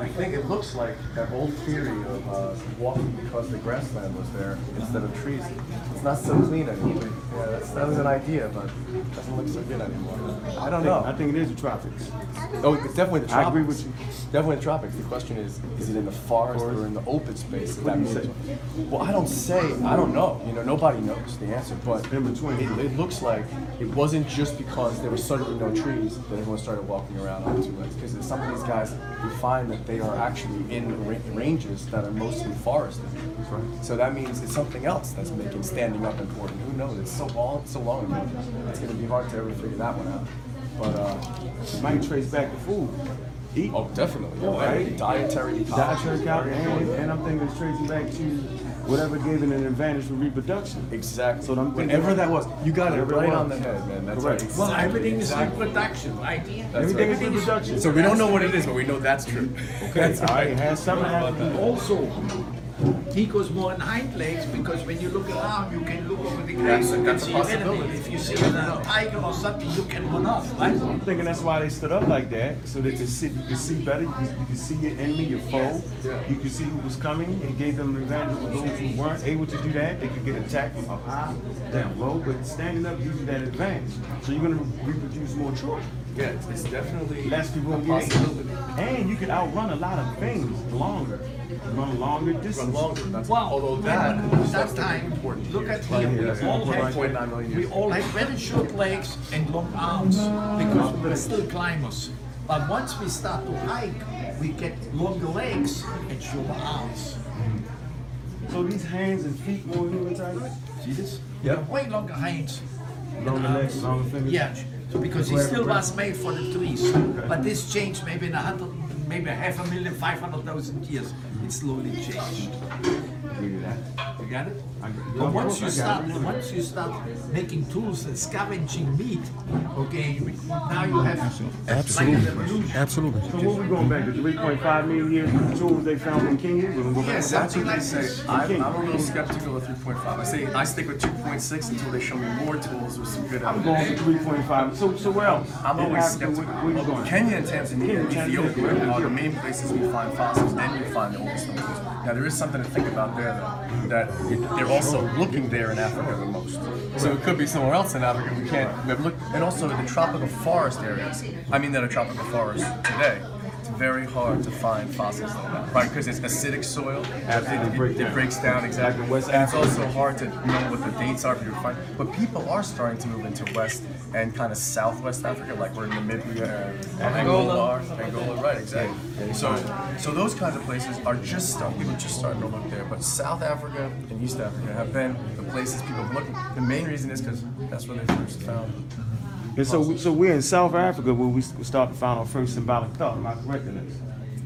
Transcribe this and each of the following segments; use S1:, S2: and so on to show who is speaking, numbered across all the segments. S1: almost like that old theory of uh, walking because the grassland was there instead of trees. It's not so clean anymore. Yeah, that's, that was an idea, but it doesn't look so good anymore. I don't know.
S2: I think it is the tropics.
S1: Oh, it's definitely the tropics.
S2: I agree with you.
S1: Definitely the tropics. The question is, is it in the forest or in the open space?
S2: What do you say?
S1: Well, I don't say. I don't know. You know, nobody knows the answer. But
S2: In between.
S1: it, it looks like it wasn't just because there were suddenly no trees that everyone started walking around on two legs. Because some of these guys, you find that they are actually in ra- ranges that are mostly forested. So that means it's something else that's making standing up important. Who knows? It's so long, so long ago. It's going to be hard to ever figure that one out. But uh,
S2: It might trace back to food. Eat.
S1: Oh, definitely.
S2: Yeah, right.
S1: Dietary
S2: Dietary
S1: ecology.
S2: calories, and, and I'm thinking it's tracing back to whatever gave it an advantage for reproduction.
S1: Exactly.
S2: So I'm thinking-
S1: Whatever that was, you got it
S2: Whatever it
S1: right
S2: was.
S1: on the head, man. That's
S2: Correct.
S1: right.
S3: Well, everything is reproduction, right?
S1: That's
S2: Everything is
S1: right.
S2: reproduction.
S1: So we don't know what it is, but we know that's true.
S2: Okay, all right, it has something to have to do.
S3: Also, he goes more on hind legs because when you look around, you can look over the grass and
S1: that's
S3: see
S1: a
S3: your enemy.
S1: possibility.
S3: If you see a tiger or something, you can run off, right?
S2: I'm thinking that's why they stood up like that, so they could see, you could see better, you could, you could see your enemy, your foe. You could see who was coming. It gave them an advantage over those who weren't able to do that. They could get attacked from up high, down low, but standing up gives you that advantage. So you're gonna reproduce more children.
S1: Yeah, it's- it's definitely
S2: Less people
S1: a
S2: will get
S1: possibility.
S2: ate. And you can outrun a lot of things longer. Run longer distances.
S1: Run longer. That's,
S3: Wow.
S1: although that
S3: Remember,
S1: is
S3: that
S1: like
S3: time,
S1: important.
S3: look
S1: years.
S3: at here, we
S1: That's
S3: all had-
S1: 1.9 million
S3: We
S1: years.
S3: all have very short legs and long arms because we're still climbers. But once we start to hike, we get longer legs and shorter arms.
S2: So these hands and feet more human type? Jesus.
S1: Yep.
S3: Way longer hands.
S2: Longer legs, longer fingers.
S3: Yeah, because it still was made for the trees. But this changed maybe in a hundred, maybe half a million, five hundred thousand years. It slowly changed.
S2: Look at that.
S3: You got it?
S2: I-
S3: But once you
S2: I got
S3: start,
S2: it.
S3: once you start making tools and scavenging meat, okay, now you have like an evolution.
S4: Absolutely.
S2: So what we going back to 3.5 million years from the tools they found in Kenya? We're gonna go back to
S3: Yeah,
S1: That's
S3: something
S1: what they
S3: like
S1: say.
S3: this.
S1: I'm, I'm a little skeptical of 3.5. I say I stick with 2.6 until they show me more tools with some good
S2: I'm going
S1: evidence.
S2: to 3.5. So so where else?
S1: I'm
S2: In
S1: always
S2: Africa,
S1: skeptical.
S2: Where, where you going?
S1: Kenya and Tanzania and
S2: Kenya, Tanzania,
S1: Ethiopia are
S2: Ethiopia.
S1: the main places we find fossils and we find the oldest ones. Now, there is something to think about there, though, that it- they're also looking there in Africa the most. So it could be somewhere else in Africa we can't, we have looked, and also in the tropical forest areas, I mean that are tropical forest today, it's very hard to find fossils like that, right? Because it's acidic soil.
S2: Absolutely,
S1: It- it-
S2: break
S1: It
S2: down.
S1: breaks down, exactly.
S2: in West
S1: And it's
S2: Africa.
S1: also so hard to know what the dates are for your fight. But people are starting to move into West and kind of Southwest Africa, like we're in Namibia and Angola. are. Angola, right, exactly. So, so those kinds of places are just starting. People are just starting to look there. But South Africa and East Africa have been the places people have looked. The main reason is because that's where they first found.
S2: And so we- so we're in South Africa where we s- start to find our first symbolic thought. Am I correct in this?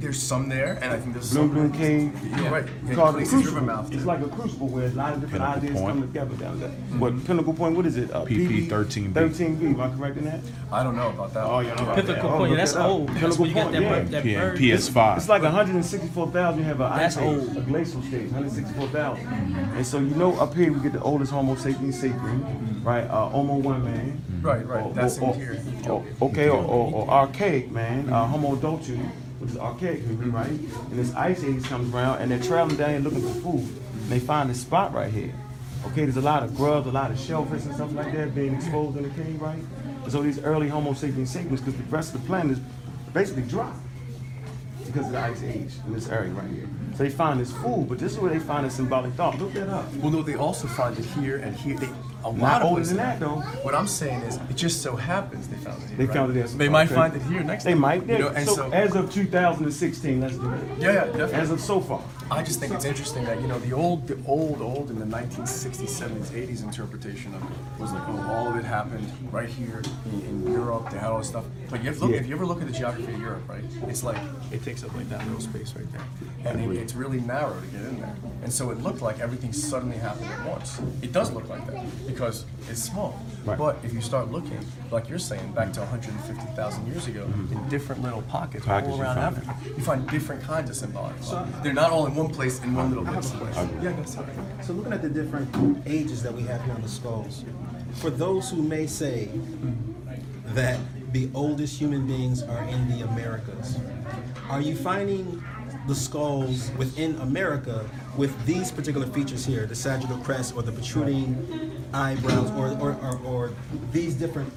S1: There's some there, and I think there's
S2: Blue
S1: some.
S2: Blue Cave.
S1: Yeah, right.
S2: We
S1: Yeah,
S2: call it a
S1: Khaleesi's
S2: crucible.
S1: River Mouth.
S2: It's like a crucible where a lot of different
S4: Pinnacle
S2: ideas
S4: Point.
S2: come together down there. Hmm. What Pinnacle Point? What is it? Uh,
S4: PP
S2: 13B.
S4: 13B.
S2: 13B. Am I correct in that?
S1: I don't know about that.
S2: Oh, yeah, no,
S1: About
S5: Pinnacle
S2: Oh,
S5: Point,
S2: look
S5: yeah, that's
S2: it up.
S5: old. That's
S2: Pinnacle
S5: when you got
S2: Point,
S5: that,
S2: yeah.
S5: bird- that
S4: Yeah,
S5: bird.
S2: It's
S4: PS5.
S2: like 164,000. You have an ice
S5: That's
S2: age,
S5: old.
S2: a glacial stage, 164,000. And so you know, up here we get the oldest Homo sapiens sapiens, right? Uh, Homo one man.
S4: Mm-hmm.
S1: Right, right.
S2: Or-
S1: That's in
S2: or-
S1: here.
S2: or- oh, okay, or, or, or archaic man, uh, Homo Dolce, which is archaic, mm-hmm, right? And this ice age comes around, and they're traveling down here looking for food, and they find this spot right here. Okay, there's a lot of grubs, a lot of shellfish and stuff like that being exposed in the cave, right? And so these early Homo sapiens sapiens, because the rest of the planet is basically dry because of the ice age in this area right here. So they find this food, but this is where they find a symbolic thought. Look that up.
S1: Well, no, they also find it here and here. They, a lot
S2: Not
S1: of
S2: older than
S1: places-
S2: that though.
S1: What I'm saying is, it just so happens they found it here.
S2: They
S1: right?
S2: found it as-
S1: They might
S2: okay.
S1: find it here next.
S2: They
S1: time,
S2: might.
S1: You know, and
S2: so,
S1: so,
S2: as of 2016, let's do it.
S1: yeah, yeah, definitely.
S2: As of so far.
S1: I just think it's interesting that you know the old, the old, old in the 1960s, 70s, 80s interpretation of it was like, oh, all of it happened right here in, in Europe. They had all this stuff. But you have look,
S2: Yeah.
S1: if you ever look at the geography of Europe, right, it's like it takes up like that little space right there, and it, it's really narrow to get in there. And so it looked like everything suddenly happened at once. It does look like that because it's small.
S2: Right.
S1: But if you start looking, like you're saying, back to 150,000 years ago, in different little pockets,
S4: Pockets
S1: all
S4: you
S1: around
S4: find.
S1: Africa, you find different kinds of symbolic. thought. They're not all in one place in one little place. Yeah, that's all right.
S6: So looking at the different ages that we have here on the skulls, for those who may say that the oldest human beings are in the Americas, are you finding the skulls within America with these particular features here, the sagittal crest or the protruding eyebrows or, or, or, or these different,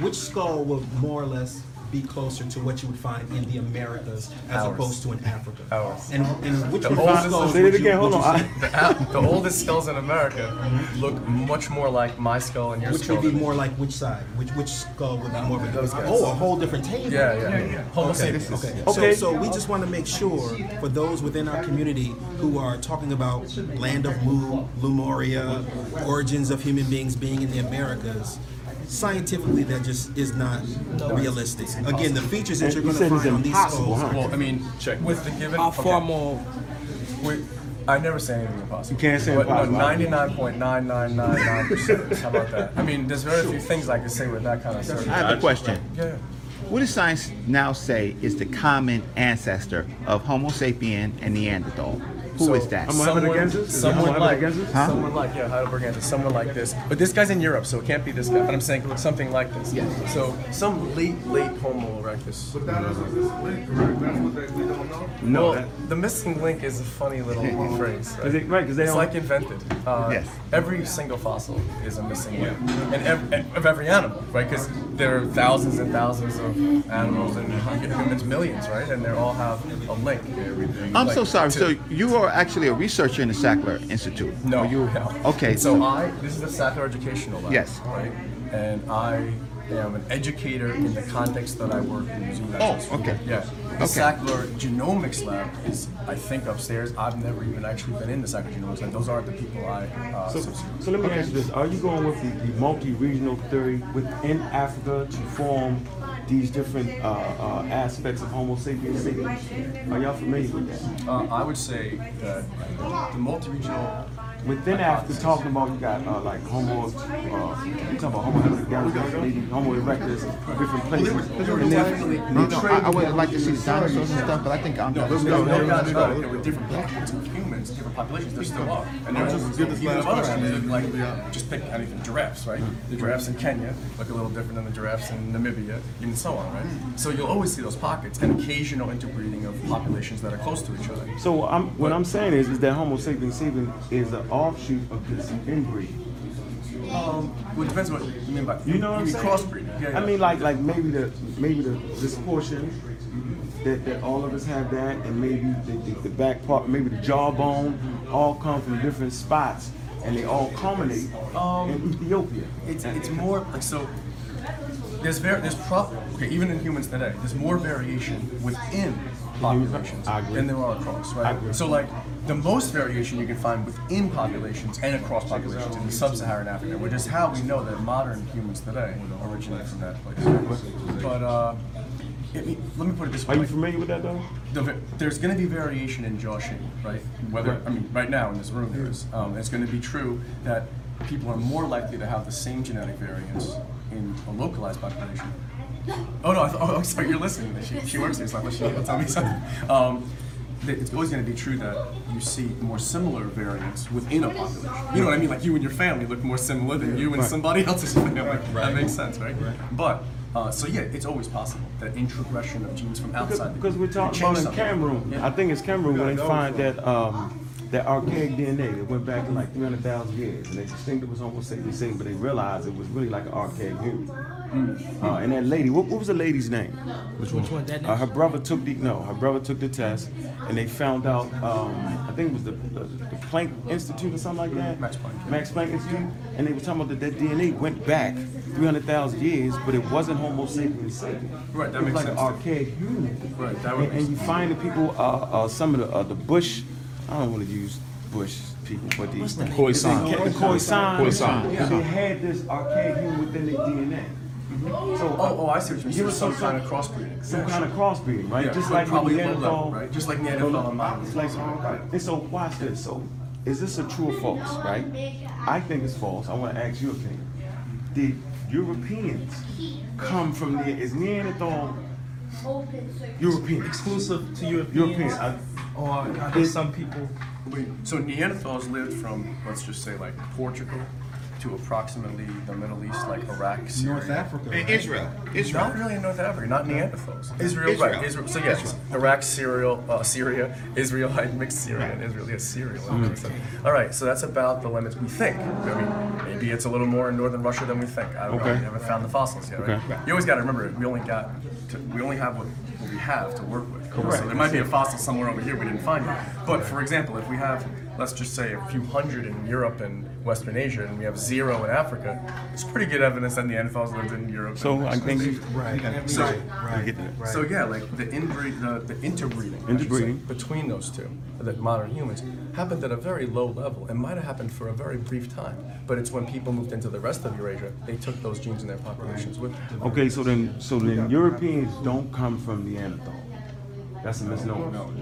S6: which skull will more or less be closer to what you would find in the Americas as
S1: Ours.
S6: opposed to in Africa?
S1: Ours.
S6: And, and which
S1: The
S6: one of
S1: oldest-
S6: these skulls
S2: Say
S6: would
S2: it
S6: you-
S2: again. Hold
S6: would
S2: on.
S6: you say-
S2: I-
S1: The, al- the oldest skulls in America look much more like my skull and your
S6: Which
S1: skull.
S6: would be
S1: than-
S6: more like which side? Which which skull would be more of a
S1: Those guys.
S6: oh a whole different table?
S1: Yeah, yeah.
S3: yeah.
S1: Homo
S6: Okay.
S1: sapiens.
S6: Okay.
S2: Okay.
S6: So, so we just want to make sure for those within our community who are talking about land of Mu, Lumoria, origins of human beings being in the Americas. Scientifically, that just is not realistic. Again, the features that
S2: And you
S6: you're going to
S2: said it's
S6: find on these
S2: impossible,
S6: skulls.
S2: huh?
S1: Well, I mean, check with the given.
S4: How far
S1: okay.
S4: more?
S1: We, I never say anything impossible.
S2: You can't say impossible.
S1: Ninety-nine point nine nine nine nine percent. How about that? I mean, there's very few things I can say with that kind of certainty.
S5: I have a question.
S1: Yeah.
S5: What does science now say is the common ancestor of Homo sapien and Neanderthal? Who is
S1: So,
S5: that?
S2: I'm a- Mohammed
S1: someone-
S2: Agensis? Is it
S1: Someone
S2: Mohammed
S1: like,
S2: Agensis?
S5: Huh?
S1: someone like, yeah, Heidelbergensis, someone like this. But this guy's in Europe, so it can't be this guy. But I'm saying something like this.
S5: Yes.
S1: So some late, late Homo erectus.
S7: But that doesn't link, correct? That's what they, we don't know.
S2: No.
S1: well,
S2: that-
S1: the missing link is a funny little phrase.
S2: Is it- right, 'cause they
S1: it's
S2: don't-
S1: like invented. Uh,
S5: Yes.
S1: Every single fossil is a missing link, and ev- of every animal, right? Because there are thousands and thousands of animals and humans, millions, right? And they all have a link.
S5: I'm
S1: Like,
S5: so sorry.
S1: to-
S5: So you are actually a researcher in the Sackler Institute.
S1: no,
S5: Are you?
S1: no.
S5: Okay.
S1: So I, this is the Sackler Educational Lab.
S5: Yes.
S1: Right. And I am an educator in the context that I work in zoo labs.
S5: Oh, okay.
S1: Yeah. The
S5: Okay.
S1: Sackler Genomics Lab is, I think, upstairs. I've never even actually been in the Sackler Genomics Lab. Those aren't the people I uh,
S2: So,
S1: associate with.
S2: so let me ask you this: Are you going with the, the multi-regional theory within Africa to form these different uh, uh, aspects of Homo sapiens? sapiens? Are y'all familiar with that?
S1: Uh, I would say that the multi-regional
S2: Within Africa, talking about you got uh, like Homo, uh, you talking about Homo erectus, Homo erectus, different places.
S1: there were
S2: And then-
S1: definitely-
S5: No, no. I, I would like to see the dinosaurs and stuff, but I think I'm.
S1: No,
S5: not.
S1: there's no, no doubt about it. There were different pockets of humans, different populations. There still are. And there are
S7: Just get this
S1: even
S7: last
S1: other
S7: question
S1: animals,
S7: in.
S1: like
S7: Yeah.
S1: just pick anything. Giraffes, right?
S2: Mm-hmm.
S1: The giraffes in Kenya look a little different than the giraffes in Namibia, and so on,
S2: Mm-hmm.
S1: right? So you'll always see those pockets and occasional interbreeding of populations that are close to each other.
S2: So I'm, what I'm saying is, is that Homo sapiens sapiens is an offshoot of this inbreed.
S1: Um, well, it depends what you mean by
S2: You know what I'm
S1: mean
S2: saying?
S1: crossbreeding. Yeah,
S2: I
S1: yeah.
S2: mean, like, like maybe the maybe the this portion that, that all of us have that, and maybe the, the, the back part, maybe the jawbone, all come from different spots, and they all culminate
S1: Um,
S2: in Ethiopia.
S1: It's it's more like so. There's very there's prob okay even in humans today there's more variation within populations
S2: I agree.
S1: than there are across right.
S2: I agree.
S1: So like the most variation you can find within populations and across populations in sub-Saharan Africa, which is how we know that modern humans today originate from that place. But uh, it, it- let me put it this way:
S2: Are you familiar with that though?
S1: the, va- there's going to be variation in jaw shape, right? Whether I mean, right now in this room there is. Um, it's going to be true that people are more likely to have the same genetic variance in a localized population. Oh no! I thought, oh, I'm sorry. You're listening. She, she works here, so I'm listening. She'll tell me something. Um, that it's always going to be true that you see more similar variants within a population. You know what I mean? Like you and your family look more similar than you and somebody else's family. That makes sense, right? But uh, so yeah, it's always possible that introgression of genes from outside
S2: Because,
S1: the-
S2: because we're talking
S1: change
S2: about in
S1: something.
S2: Cameroon.
S1: Yeah.
S2: I think it's Cameroon when they find that um, that archaic DNA that went back to like 300,000 years, and they think it was Homo sapiens sapiens, but they realized it was really like an archaic human.
S1: Hmm.
S2: Uh, and that lady, what, what was the lady's name?
S4: Which one? That
S2: Uh, her brother took the no. Her brother took the test, and they found out. Um, I think it was the, the, the Planck Institute or something like that.
S1: Max Planck.
S2: Max Planck Institute, and they were talking about that that DNA went back 300,000 years, but it wasn't Homo sapiens sapiens.
S1: Right, that
S2: it was
S1: makes
S2: like
S1: sense.
S2: an archaic human.
S1: Right, that would
S2: And,
S1: make
S2: and you find the people, uh, uh, some of the uh, the Bush. I don't want to use Bush people, but the
S4: What's the name?
S2: Khoisan. The Khoisan. They had this archaic human within their DNA. So, uh,
S1: Oh, oh, I see what you're
S2: you
S1: saying.
S2: were
S1: Some
S2: so-
S1: kind of crossbreeding.
S2: some kind of crossbreeding, right?
S1: Yeah,
S2: Just
S1: so
S2: like
S1: probably
S2: probably
S1: low level,
S2: Neanderthal,
S1: right? Just like Neanderthal and modern.
S2: It's like, oh, and so watch this. So is this a true or false? Right? I think it's false. I want to ask your opinion. Did Europeans come from the is Neanderthal European?
S8: exclusive to Europeans,
S2: European. I,
S8: or are there some people
S1: Wait, so Neanderthals lived from, let's just say, like Portugal to approximately the Middle East, like Iraq, Syria.
S6: North Africa.
S5: In
S6: right?
S5: Israel. Israel.
S1: Not really in North Africa, not Neanderthals. Israel,
S5: Israel.
S1: right? Israel. So yes, Iraq, Syria, uh, Syria, Israel, I mixed Syria and Israel. Yes, Syria.
S2: Mm.
S1: All right, so that's about the limits we think. I mean, maybe it's a little more in northern Russia than we think. I don't know.
S2: Okay.
S1: We haven't found the fossils yet. Right?
S2: Okay.
S1: You always got to remember we only got to, we only have what, what we have to work with. So there might be a fossil somewhere over here we didn't find yet. But for example, if we have let's just say a few hundred in Europe and Western Asia, and we have zero in Africa, it's pretty good evidence that Neanderthals lived in Europe.
S2: So
S1: and
S2: I think you
S6: Right.
S1: So-
S6: Right. Right.
S2: get that.
S6: Right.
S1: so yeah, like the inbreed, the, the interbreeding, I should
S2: Interbreeding.
S1: say, between those two, the modern humans, happened at a very low level and might have happened for a very brief time. But it's when people moved into the rest of Eurasia, they took those genes in their populations with them.
S2: Okay, so then so then Europeans don't come from Neanderthal. That's a misnomer.